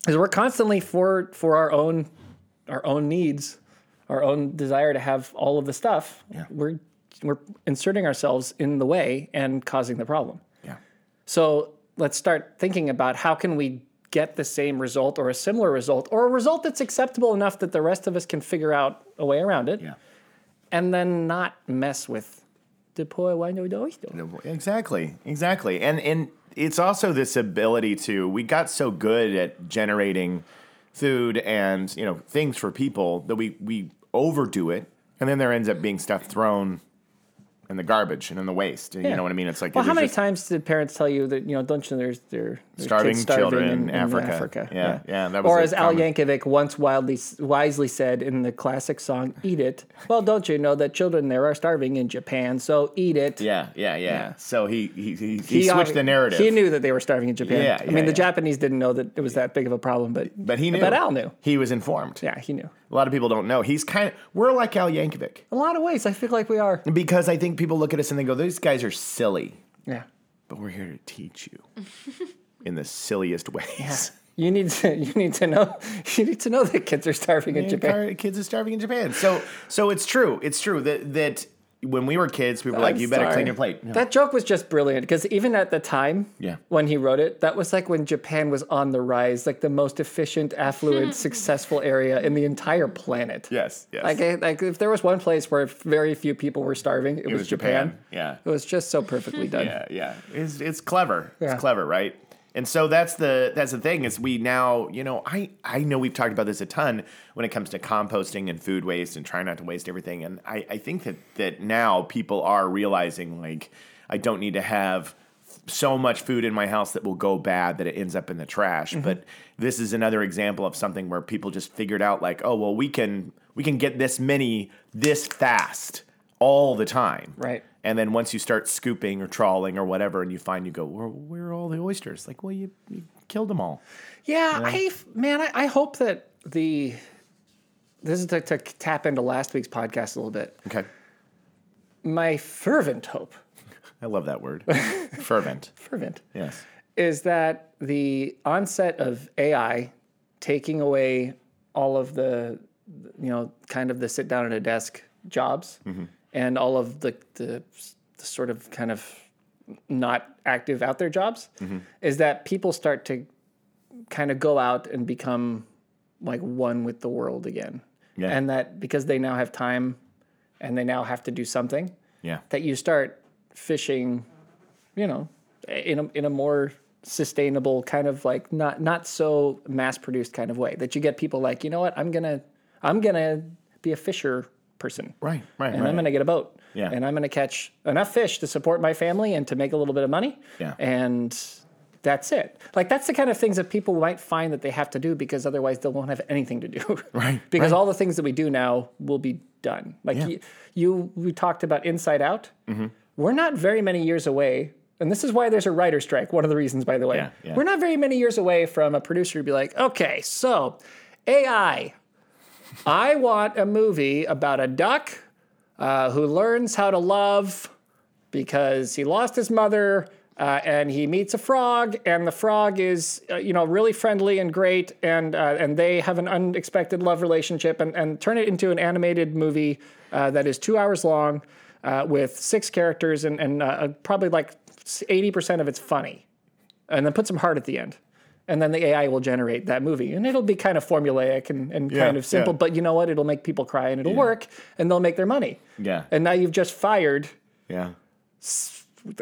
because we're constantly for for our own our own needs our own desire to have all of the stuff Yeah. we're we're inserting ourselves in the way and causing the problem Yeah. so let's start thinking about how can we get the same result or a similar result or a result that's acceptable enough that the rest of us can figure out a way around it Yeah. and then not mess with the poor one or the oyster. Exactly. Exactly. And and it's also this ability to we got so good at generating food and, you know, things for people that we we overdo it and then there ends up being stuff thrown and the garbage and in the waste. You Yeah. know what I mean? It's like Well, it how was many just times did parents tell you that you know? Don't you know there's there there's Starving kids starving children in, in Africa. Yeah, yeah, that was or a as Al common- Yankovic once wildly wisely said in the classic song "Eat It." Well, don't you know that children there are starving in Japan? So eat it. Yeah, yeah, yeah, Yeah. So he he he, he, switched obvi- the narrative. He knew that they were starving in Japan. Yeah, I yeah, mean, the yeah. Japanese didn't know that it was that big of a problem, but but he knew. But Al knew. He was informed. Yeah, he knew. A lot of people don't know. He's kind of we're like Al Yankovic A lot of ways, I feel like we are. because I think people look at us and they go, "These guys are silly," Yeah. but we're here to teach you in the silliest ways. You need to. You need to know. You need to know that kids are starving in Yeah, Japan. tar- kids are starving in Japan. So so it's true. It's true that that when we were kids, people were like, I'm "You better sorry. clean your plate." No. That joke was just brilliant because even at the time Yeah. when he wrote it, that was like when Japan was on the rise, like the most efficient, affluent, successful area in the entire planet. yes, yes. Like, I- like if there was one place where very few people were starving, it, was, was Japan. Japan. Yeah. It was just so perfectly done. yeah, yeah. It's it's clever. Yeah. It's clever, right? And so that's the that's the thing is we now you know I I know we've talked about this a ton when it comes to composting and food waste and trying not to waste everything and I I think that that now people are realizing like I don't need to have so much food in my house that will go bad that it ends up in the trash but this is another example of something where people just figured out like oh well we can we can get this many this fast all the time Right. and then once you start scooping or trawling or whatever, and you find you go, where, where are all the oysters? Like, well, you, you killed them all. Yeah, I man, I, I hope that the this is to, to tap into last week's podcast a little bit. Okay. My fervent hope, I love that word. Fervent. fervent, Yes. is that the onset of AI taking away all of the, you know, kind of the sit down at a desk jobs and all of the, the, the sort of kind of not active out there jobs is that people start to kind of go out and become like one with the world again. Yeah. And that because they now have time and they now have to do something, Yeah. that you start fishing, you know, in a, in a more sustainable kind of like not not so mass produced kind of way that you get people like you know what I'm gonna I'm gonna be a fisher person Right. Right. and right. I'm gonna get a boat Yeah. and I'm gonna catch enough fish to support my family and to make a little bit of money Yeah. and that's it like that's the kind of things that people might find that they have to do because otherwise they won't have anything to do Right, because all the things that we do now will be done like Yeah. Mm-hmm. you, you we talked about inside out we're not very many years away and this is why there's a writer strike one of the reasons by the way Yeah, yeah. we're not very many years away from a producer to be like okay so ai i want a movie about a duck uh, who learns how to love because he lost his mother uh, and he meets a frog and the frog is uh, you know really friendly and great and uh, and they have an unexpected love relationship and, and turn it into an animated movie uh, that is two hours long uh, with six characters and, and uh, probably like 80% of it's funny and then put some heart at the end and then the AI will generate that movie and it'll be kind of formulaic and, and Yeah, kind of simple yeah. but you know what it'll make people cry and it'll work and they'll make their money Yeah. and now you've just fired yeah.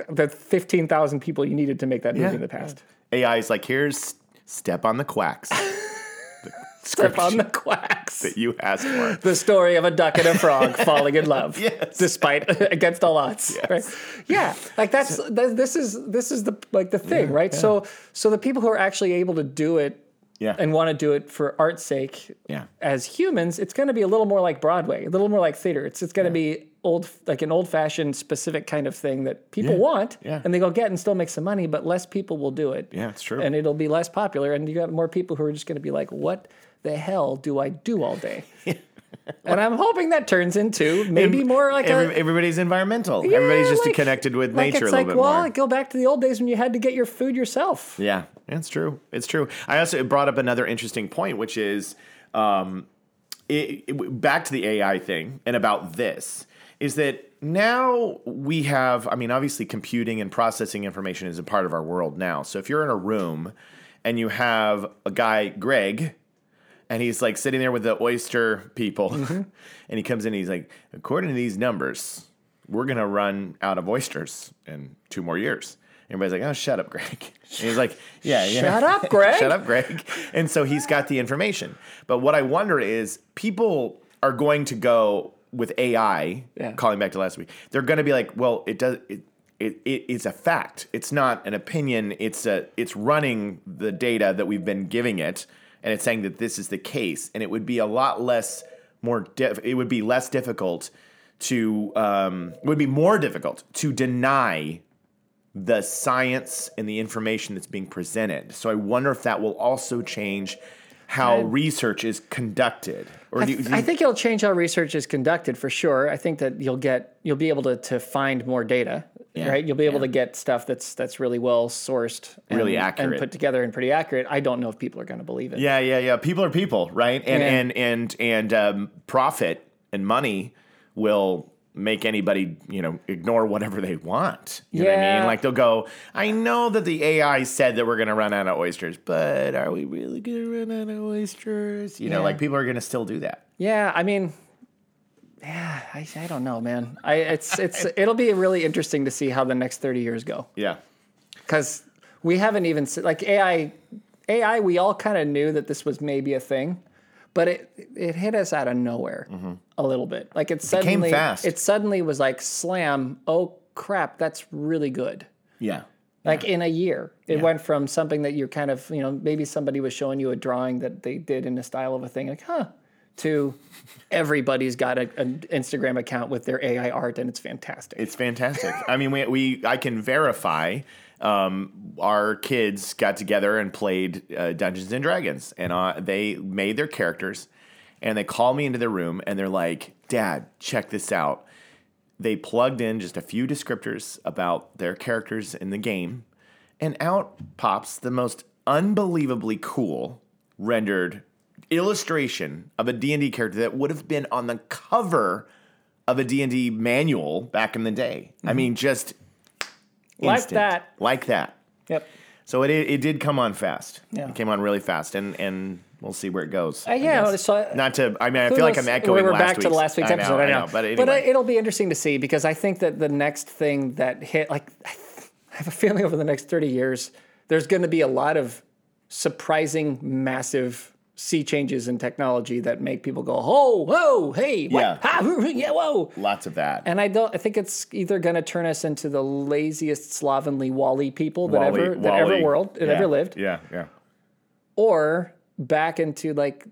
the 15,000 people you needed to make that Yeah. movie in the past. AI is like, here's step on the quacks. the Step on description the quacks. that you asked for. The story of a duck and a frog falling in love, Yes. despite against all odds. Right? Yeah, like that's th- this is this is the like the thing, right? So so the people who are actually able to do it Yeah. and want to do it for art's sake, Yeah. as humans, it's going to be a little more like Broadway, a little more like theater. It's it's going to be old like an old fashioned specific kind of thing that people Yeah. want Yeah. and they go get and still make some money, but less people will do it. Yeah, it's true. And it'll be less popular, and you got more people who are just going to be like, "What the hell do I do all day?" and I'm hoping that turns into maybe more like Every- a. everybody's environmental. yeah, everybody's just like- connected with like nature it's a little like, bit well, more. go back to the old days when you had to get your food yourself. Yeah, it's true. It's true. I also it brought up another interesting point, which is um, it, it- back to the AI thing and about this is that now we have, I mean, obviously computing and processing information is a part of our world now. So if you're in a room and you have a guy, Greg, and he's like sitting there with the oyster people, and he comes in and he's like, according to these numbers, we're gonna run out of oysters in two more years. Everybody's like, oh, shut up, Greg. And he's like, yeah, yeah. Shut up, Greg. shut up, Greg. And so he's got the information. But what I wonder is people are going to go, with AI Yeah. calling back to last week, they're going to be like, well, it does it, it, it it's a fact. It's not an opinion. It's a it's running the data that we've been giving it, and it's saying that this is the case. And it would be a lot less more diff, it would be less difficult to um, it would be more difficult to deny the science and the information that's being presented. So I wonder if that will also change how research is conducted. Or I, do you- th- I think it'll change how research is conducted for sure. I think that you'll get you'll be able to, to find more data, right? You'll be able to get stuff that's that's really well sourced, and, Really and accurate. put together and pretty accurate. I don't know if people are going to believe it. Yeah, yeah, yeah. People are people, right? And Yeah. and and and um, profit and money will make anybody, you know, ignore whatever they want. You know what I Yeah. mean? Like they'll go, I know that the AI said that we're gonna run out of oysters, but are we really gonna run out of oysters? You know, Yeah. like people are gonna still do that. Yeah, I mean, yeah, I, I don't know, man. I it's it's it'll be really interesting to see how the next thirty years go Yeah. because we haven't even se- like AI AI. We all kind of knew that this was maybe a thing, but it it hit us out of nowhere a little bit. Like it suddenly Mm-hmm. fast. it suddenly was like slam. Oh crap, that's really good Yeah. like in a year it went from something that you're kind of you know maybe somebody was showing you a drawing that they did in the style of a thing like huh to everybody's got a, an instagram account with their ai art and it's fantastic It's fantastic. I mean, we, we I can verify. Um, our kids got together and played uh, Dungeons and Dragons, and uh, they made their characters. And they call me into their room, and they're like, "Dad, check this out." They plugged in just a few descriptors about their characters in the game, and out pops the most unbelievably cool rendered illustration of a D&D character that would have been on the cover of a D&D manual back in the day. I mean, just Like instant. that. Like that. yep So it it did come on fast. Yeah. It came on really fast and and we'll see where it goes. Uh, yeah, guess. so I- not to I mean I Who feel like knows? I'm echoing We're last back to week's- last week's I episode. I know, but anyway. uh, it'll be interesting to see because I think that the next thing that hit, like, I have a feeling over the next thirty years, there's going to be a lot of surprising, massive sea changes in technology that make people go, "Oh, whoa, hey, what? Yeah. Ha, yeah, whoa." lots of that. And I don't. I think it's either going to turn us into the laziest, slovenly Wally people that Wally- ever that Wally. ever world that Yeah. ever lived, Yeah, yeah. or back into like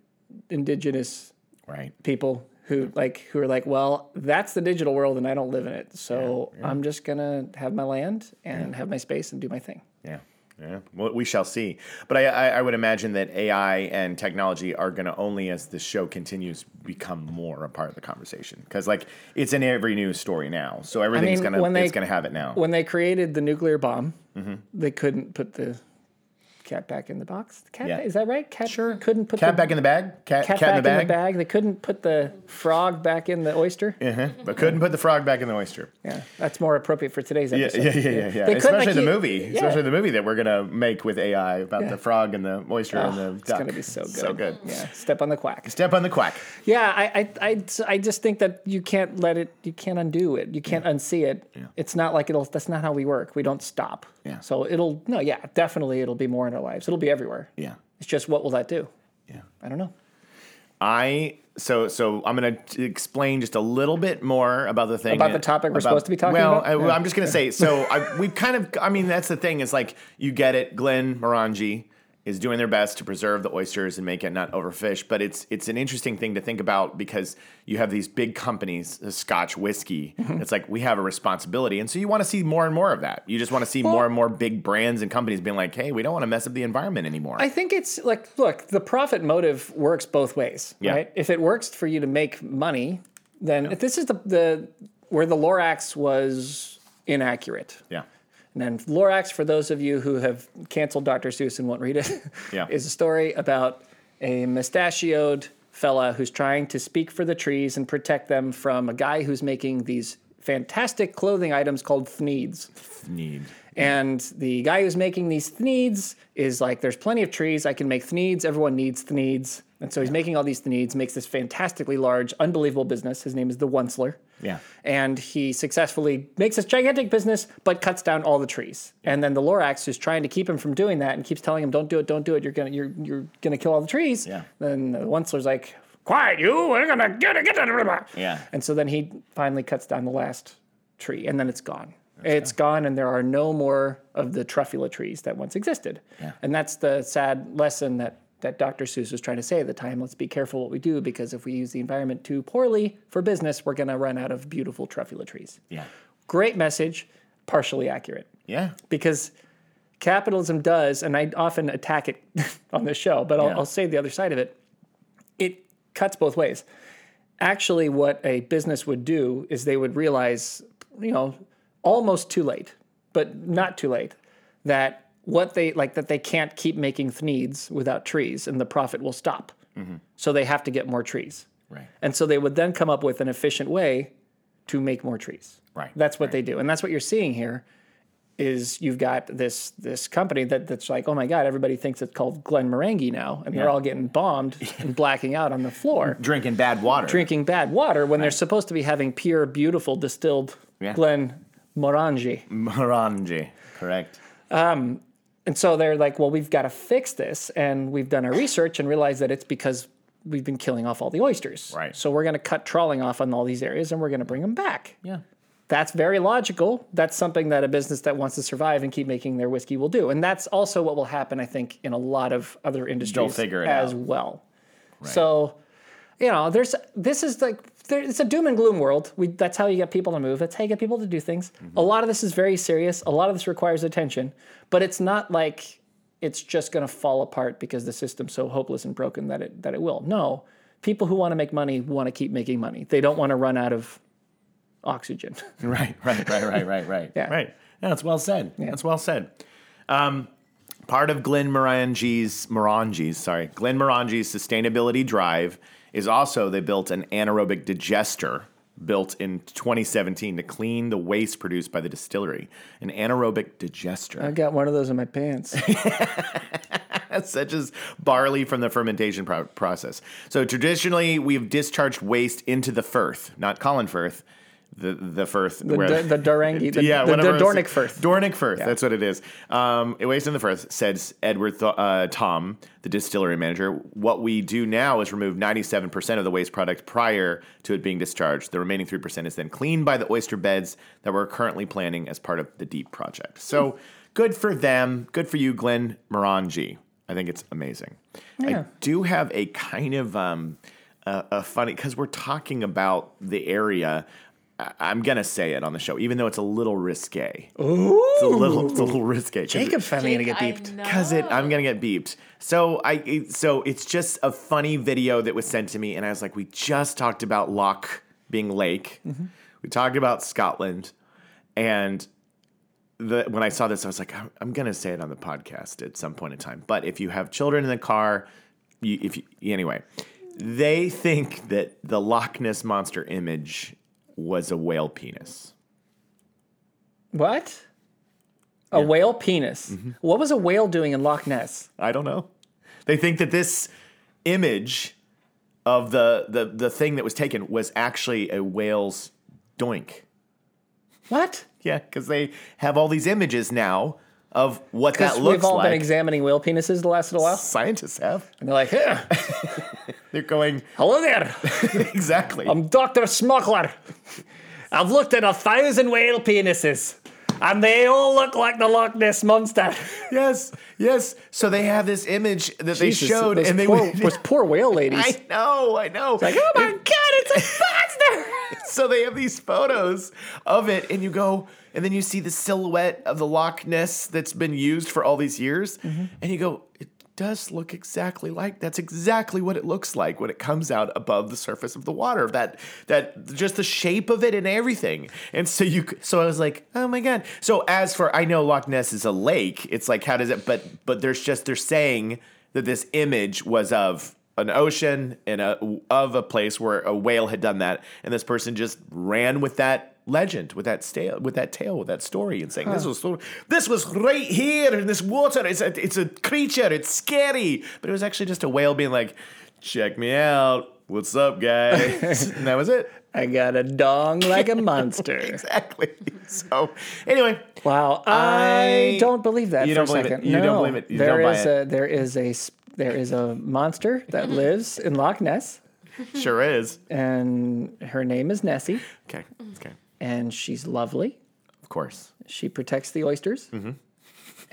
indigenous Right. people who like who are like, well, that's the digital world and I don't live in it. So I'm just gonna have my land and have my space and do my thing. Yeah. Yeah. Well, we shall see. But I, I, I would imagine that AI and technology are going to only, as the show continues, become more a part of the conversation because, like, it's in every news story now. So everything's mean, gonna when they- it's gonna have it now. When they created the nuclear bomb, Mm-hmm. they couldn't put the cat back in the box. The cat Yeah. is that right? Cat sure. couldn't put cat the back in the bag. Cat, cat, cat back in the bag. They couldn't put the frog back in the oyster. Yeah, But couldn't put the frog back in the oyster. that's more appropriate for today's Yeah, episode. yeah, yeah, yeah. yeah. They couldn't, Especially like, the you- movie. yeah. Especially the movie that we're gonna make with AI about Yeah. the frog and the oyster and the it's duck. gonna be so good. So good. Yeah, step on the quack. Step on the quack. Yeah, I, I, I, I just think that you can't let it, you can't undo it, you can't unsee it. It's not like it'll. That's not how we work. We don't stop. Yeah. So it'll no, yeah, definitely it'll be more in our lives. It'll be everywhere. Yeah. It's just what will that do? Yeah. I don't know. I so so I'm going to explain just a little bit more about the thing About the topic we're supposed to be talking well, about? I, Yeah. am just going to say so I, we kind of I mean that's the thing is like you get it. Glenn Morangi is doing their best to preserve the oysters and make it not overfish, but it's it's an interesting thing to think about because you have these big companies, the Scotch whiskey. Mm-hmm. It's like we have a responsibility, and so you want to see more and more of that. You just want to see more and more big brands and companies being like, hey, we don't want to mess up the environment anymore. I think it's like, look, the profit motive works both ways, Yeah. right? If it works for you to make money, then if this is the the where the Lorax was inaccurate. yeah, And then Lorax, for those of you who have canceled Dr. Seuss and won't read it, Yeah. is a story about a mustachioed fella who's trying to speak for the trees and protect them from a guy who's making these fantastic clothing items called thneeds. need. And the guy who's making these thneeds is like, there's plenty of trees. I can make thneeds. Everyone needs thneeds. And so he's making all these thneeds, makes this fantastically large, unbelievable business. His name is the Onceler. Yeah. And he successfully makes this gigantic business, but cuts down all the trees. And then the Lorax is trying to keep him from doing that and keeps telling him, don't do it, don't do it. You're going to, you're, you're going to kill all the trees. Yeah. Then the Onceler's like, Quiet, you! We're gonna get get that. Yeah. And so then he finally cuts down the last tree, and then it's gone. It's gone, and there are no more of the truffula trees that once existed. Yeah. And that's the sad lesson that that Dr. Seuss was trying to say at the time. Let's be careful what we do because if we use the environment too poorly for business, we're gonna run out of beautiful truffula trees. Yeah. Great message, partially accurate Yeah. because capitalism does, and I often attack it on this show, but I'll, Yeah. I'll say the other side of it. It cuts both ways. Actually, what a business would do is they would realize, you know, almost too late, but not too late, that what they like that they can't keep making needs without trees, and the profit will stop. So they have to get more trees. Right. And so they would then come up with an efficient way to make more trees. Right. That's what they do. And that's what you're seeing here is you've got this this company that that's like, oh my God, everybody thinks it's called Glen Morangi now, and they're all getting bombed and blacking out on the floor, Drinking bad water. drinking bad water when they're supposed to be having pure, beautiful, distilled Yeah. Glen Morangi. Morangi. Correct. And so they're like, well, we've got to fix this. And we've done our research and realized that it's because we've been killing off all the oysters. Right. So we're going to cut trawling off on all these areas and we're going to bring them back. Yeah. That's very logical. That's something that a business that wants to survive and keep making their whiskey will do. And that's also what will happen, I think, in a lot of other industries figure it as out. well. So, you know, there's this is like there, it's a doom and gloom world. We that's how you get people to move. That's how you get people to do things. Mm-hmm. A lot of this is very serious. A lot of this requires attention, but it's not like it's just going to fall apart because the system's so hopeless and broken that it that it will. No, people who want to make money want to keep making money. They don't want to run out of oxygen. Right, right, right, right, right, right. Yeah. Right. Yeah, that's well said. That's well said. Um, part of Glenn Morangi's, Morangi's, sorry, Glenn Morangi's sustainability drive is also they built an anaerobic digester built in 2017 to clean the waste produced by the distillery. An anaerobic digester. I got one of those in my pants. such as barley from the fermentation pro- process. So traditionally, we have discharged waste into the Firth, not Colin Firth, the the Firth, The, where- the, the Durangi, the, yeah, the, the whatever it was- Dornick Firth. Dornick Firth, that's what it is. Um, it waste in the Firth, says Edward Th- uh, Tom, the distillery manager. What we do now is remove 97% of the waste product prior to it being discharged. The remaining 3% is then cleaned by the oyster beds that we're currently planning as part of the DEEP project. So good for them. Good for you, Glenn Morangi. I think it's amazing. I do have a kind of um, a, a funny, because we're talking about the area. I- I'm gonna say it on the show, even though it's a little risque. It's a little, it's a little risque. 'cause it- Jacob's finally going to Jake, get I beeped. know. Cause it, I'm gonna get beeped. So I, it- so it's just a funny video that was sent to me, and I was like, we just talked about Loch being lake, we talked about Scotland, and the when I saw this, I was like, I'm, I'm gonna say it on the podcast at some point in time. But if you have children in the car, you, if you, anyway, they think that the Loch Ness monster image was a whale penis. What? A whale penis. Mm-hmm. What was a whale doing in Loch Ness? I don't know. They think that this image of the the the thing that was taken was actually a whale's doink. What? Yeah, because they have all these images now of what that Because looks we've all like. been examining whale penises the last little while, Scientists have. and they're like, "Huh, They're going "Hello there, exactly. I'm Doctor Smuggler. I've looked at a thousand whale penises, and they all look like the Loch Ness monster." yes, yes. So they have this image that they showed, those and they poor, those poor whale ladies. I know, I know. like, oh my It- god, it's a monster! so they have these photos of it, and you go, and then you see the silhouette of the Loch Ness that's been used for all these years, and you go, it does look exactly like that's exactly what it looks like when it comes out above the surface of the water. That that just the shape of it and everything. And so you, c- so I was like, oh my god. So as for I know Loch Ness is a lake. It's like how does it? But but there's just they're saying that this image was of an ocean and a, of a place where a whale had done that, and this person just ran with that legend, with that tale, with that tale, with that story, and saying this was so- this was right here in this water. It's a it's a creature. It's scary, but it was actually just a whale being like, "Check me out. What's up, guys?" and that was it. I got a dong like a monster. Exactly. So anyway, Wow, I, I- don't believe that. You for don't believe a it. second. You no. don't believe it. You There don't buy is it. a there is a s- there is a monster that lives in Loch Ness sure is. and her name is Nessie, Okay. Okay. and she's lovely. Of course. She protects the oysters, Mm-hmm.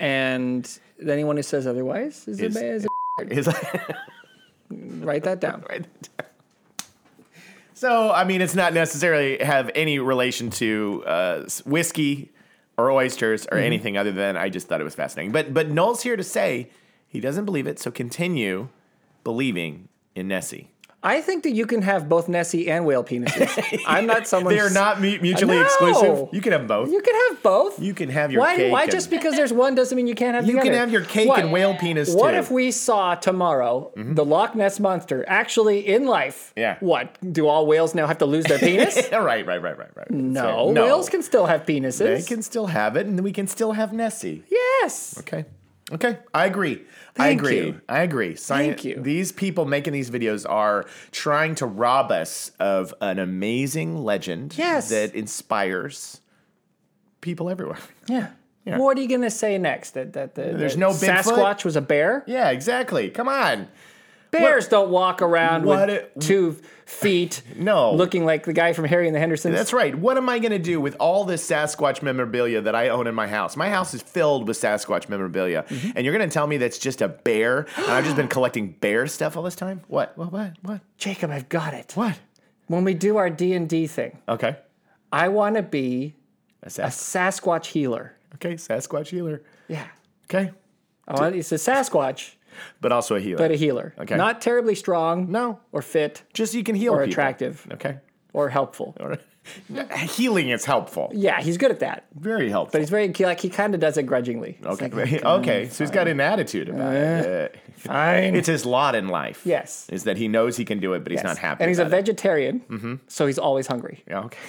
and anyone who says otherwise is, Is- a, is a Is write that down. so I mean, it's not necessarily have any relation to uh, s- whiskey or oysters Mm-hmm. or anything other than I just thought it was fascinating. But but Noel's here to say he doesn't believe it, so continue believing in Nessie. I think that you can have both Nessie and whale penises. I'm not someone. They are who's- not mu- mutually No! exclusive. You can have both. You can have both. You can have your why? cake. why and- just because there's one doesn't mean you can't have you the can other? have your cake What- and whale penis What too. Mm-hmm. if we saw tomorrow the Loch Ness monster actually in life? Yeah. What do all whales now have to lose their penis? Yeah, right, right, right, right, right. no, So, whales can still have penises. They can still have it, and then we can still have Nessie. Yes. Okay. Okay. I agree. I Thank agree. you. I agree. Sci- Thank you. These people making these videos are trying to rob us of an amazing legend Yes. that inspires people everywhere. Yeah. Yeah. What are you gonna say next? That that, that There's that no Bigfoot? Sasquatch was a bear. Yeah, exactly. Come on. Bears don't walk around What with it- two feet. No. looking like the guy from Harry and the Hendersons. That's right. What am I going to do with all this Sasquatch memorabilia that I own in my house? My house is filled with Sasquatch memorabilia, Mm-hmm. and you're going to tell me that's just a bear? And I've just been collecting bear stuff all this time? What? What? What? What? Jacob, I've got it. What? When we do our D and D thing, Okay. I want to be A a Sas- Sasquatch healer. okay, Sasquatch healer. Yeah. Okay. I want, it's a Sasquatch, But also a healer. but a healer. Okay. Not terribly strong. No. Or fit. Just you can heal Or people. attractive. Okay. Or helpful. All right. Healing is helpful. Yeah, he's good at that. Very helpful. But he's very like he kind of does it grudgingly. It's okay. like, okay. So he's got an attitude about Uh-huh. it. Yeah. fine. It's his lot in life. Yes. Is that he knows he can do it, but he's Yes. not happy. And he's a about it. Mm-hmm. vegetarian, so he's always hungry. Yeah, okay.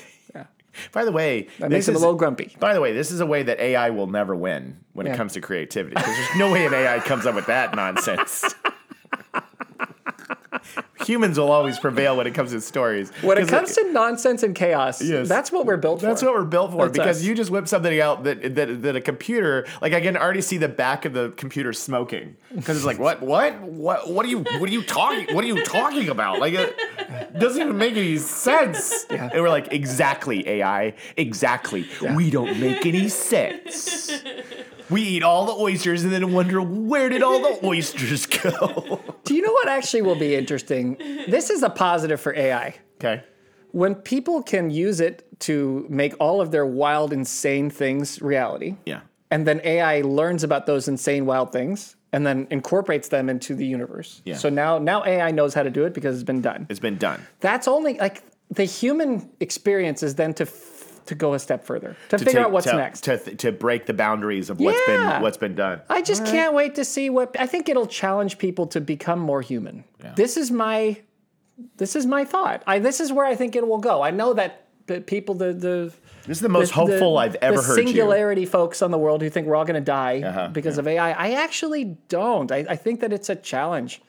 By the way, That this makes him is, a little grumpy. By the way, this is a way that AI will never win when it Yeah. comes to creativity. 'cause there's no way an AI comes up with that nonsense. Humans will always prevail when it comes to stories. When it 'cause comes to nonsense and chaos, Yes. that's what we're built That's for. what we're built for That's because us. you just whip something out that, that that a computer like I can already see the back of the computer smoking because it's like what what what what are you what are you talking what are you talking about like it doesn't even make any sense and we're like exactly AI exactly we don't make any sense we eat all the oysters and then wonder where did all the oysters go Do you know what actually will be interesting? this is a positive for AI. okay When people can use it to make all of their wild, insane things reality. yeah and then AI learns about those insane wild things and then incorporates them into the universe. Yeah. So now now AI knows how to do it because it's been done. it's been done That's only like the human experience is then to f- to go a step further to, figure take- out what's to, next. to to break the boundaries of what's Yeah. been what's been done I just can't wait to see what I think it'll challenge people to become more human. This is my this is my thought. I this is where I think it will go. I know that the people the the This is the most hopeful I've ever the heard you. Uh-huh, Singularity folks on the world who think we're all going to die because of AI. I actually don't. I, I think that it's a challenge.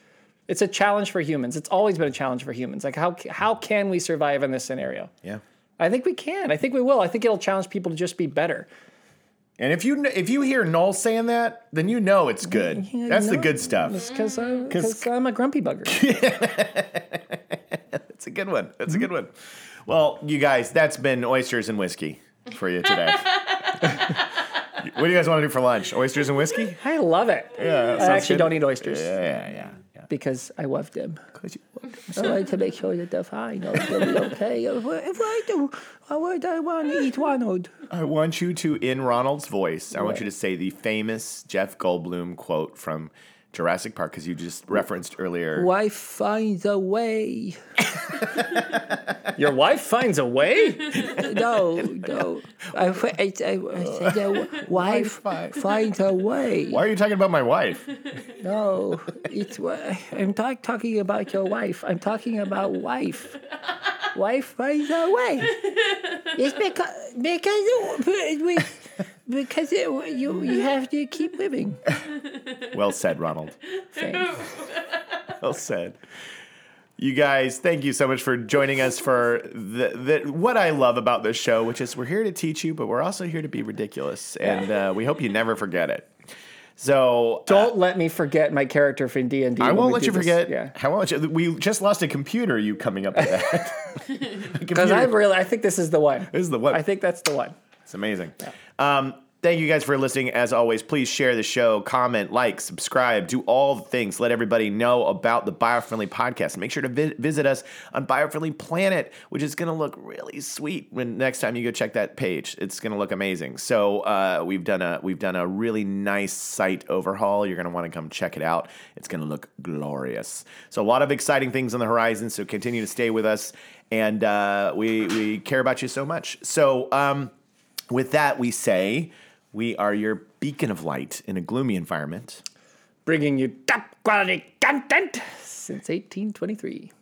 It's a challenge for humans. It's always been a challenge for humans. Like how how can we survive in this scenario? Yeah. I think we can. I think we will. I think it'll challenge people to just be better. And if you if you hear Noel saying that, then you know it's good. Yeah, That's the no. good stuff. Because Cause- uh, I'm a grumpy bugger. That's a good one. That's a good one. Well, you guys, that's been oysters and whiskey for you today. what do you guys want to do for lunch? Oysters and whiskey? I love it. Yeah. I actually don't eat oysters Yeah, yeah, yeah. yeah. because I love them. Could you- I wanted to make sure that they're fine. Or they'll be okay. If I, if I do, I would. I want to eat one. Or I want you to, in Ronald's voice, I want you to say the famous Jeff Goldblum quote from Jurassic Park because you just referenced earlier. wife finds a way. Your wife finds a way? no, no. I, I, I, I said, uh, wife Wi-Fi. finds a way. Why are you talking about my wife? No, it's. wa- I'm not talking about your wife. I'm talking about wife. Wife finds a way. It's because because because it, you you have to keep living. Well said, Ronald. Thanks. well said. You guys, thank you so much for joining us for the, the what I love about this show, which is we're here to teach you, but we're also here to be ridiculous, and uh, we hope you never forget it. So Don't let me forget my character from D and D. I won't let you forget. Yeah, I won't let you. We just lost a computer. You coming up with that? because Computer- I really, I think this is the one. This is the one. I think that's the one. It's amazing. Um, thank you guys for listening. As always, please share the show, comment, like, subscribe, do all the things. Let everybody know about the Biofriendly podcast. Make sure to vi- visit us on Biofriendly Planet, which is going to look really sweet when next time you go check that page. It's going to look amazing. So uh, we've done a we've done a really nice site overhaul. You're going to want to come check it out. It's going to look glorious. So a lot of exciting things on the horizon. So continue to stay with us. And uh, we, we care about you so much. So, um, with that, we say we are your beacon of light in a gloomy environment. Bringing you top quality content since 1823.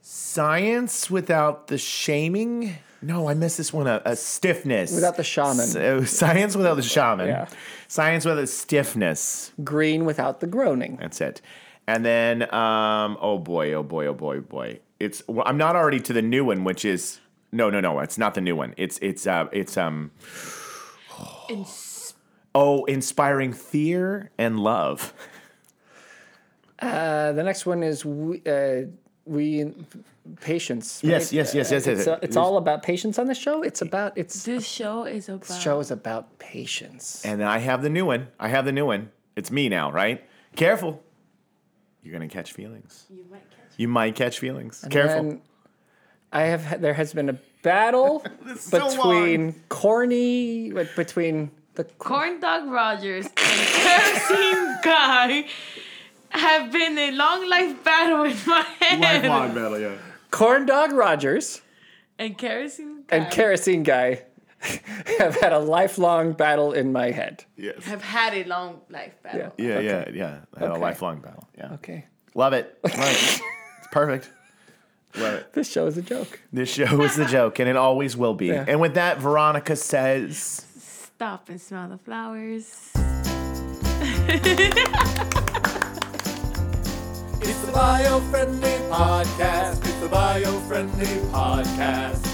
Science without the shaming. No, I missed this one. A, a stiffness Without the shaman. So, science without the shaman. Yeah. Science without the stiffness. Green without the groaning. That's it. And then, um, oh boy, oh boy, oh boy, oh boy. It's. Well, I'm not already to the new one, which is no, no, no. It's not the new one. It's it's uh, it's um. Ins- Oh, inspiring fear and love. Uh, the next one is we, uh, we patience. Yes, right? yes, yes, yes, yes. It's, uh, it's all about patience on the show. It's about it's. this show is about This show is about patience. And I have the new one. I have the new one. It's me now, right? Careful. You're going to catch feelings. You might catch You might catch feelings. Careful. And I have. There has been a battle so between corny, but between the Corn Dog Rogers and Kerosene Guy have been a long life battle in my head. Lifelong battle, yeah. corn dog Rogers And Kerosene Guy and kerosene guy have had a lifelong battle in my head. Yes. have had a long life battle. Yeah, yeah, yeah. I had A Okay. lifelong battle. Yeah. Okay, Love it. Love it. It's perfect. Love it. this show is a joke. This show is the joke, and it always will be. Yeah. And with that, Veronica says. Stop and smell the flowers. It's the bio friendly podcast. It's the bio friendly podcast.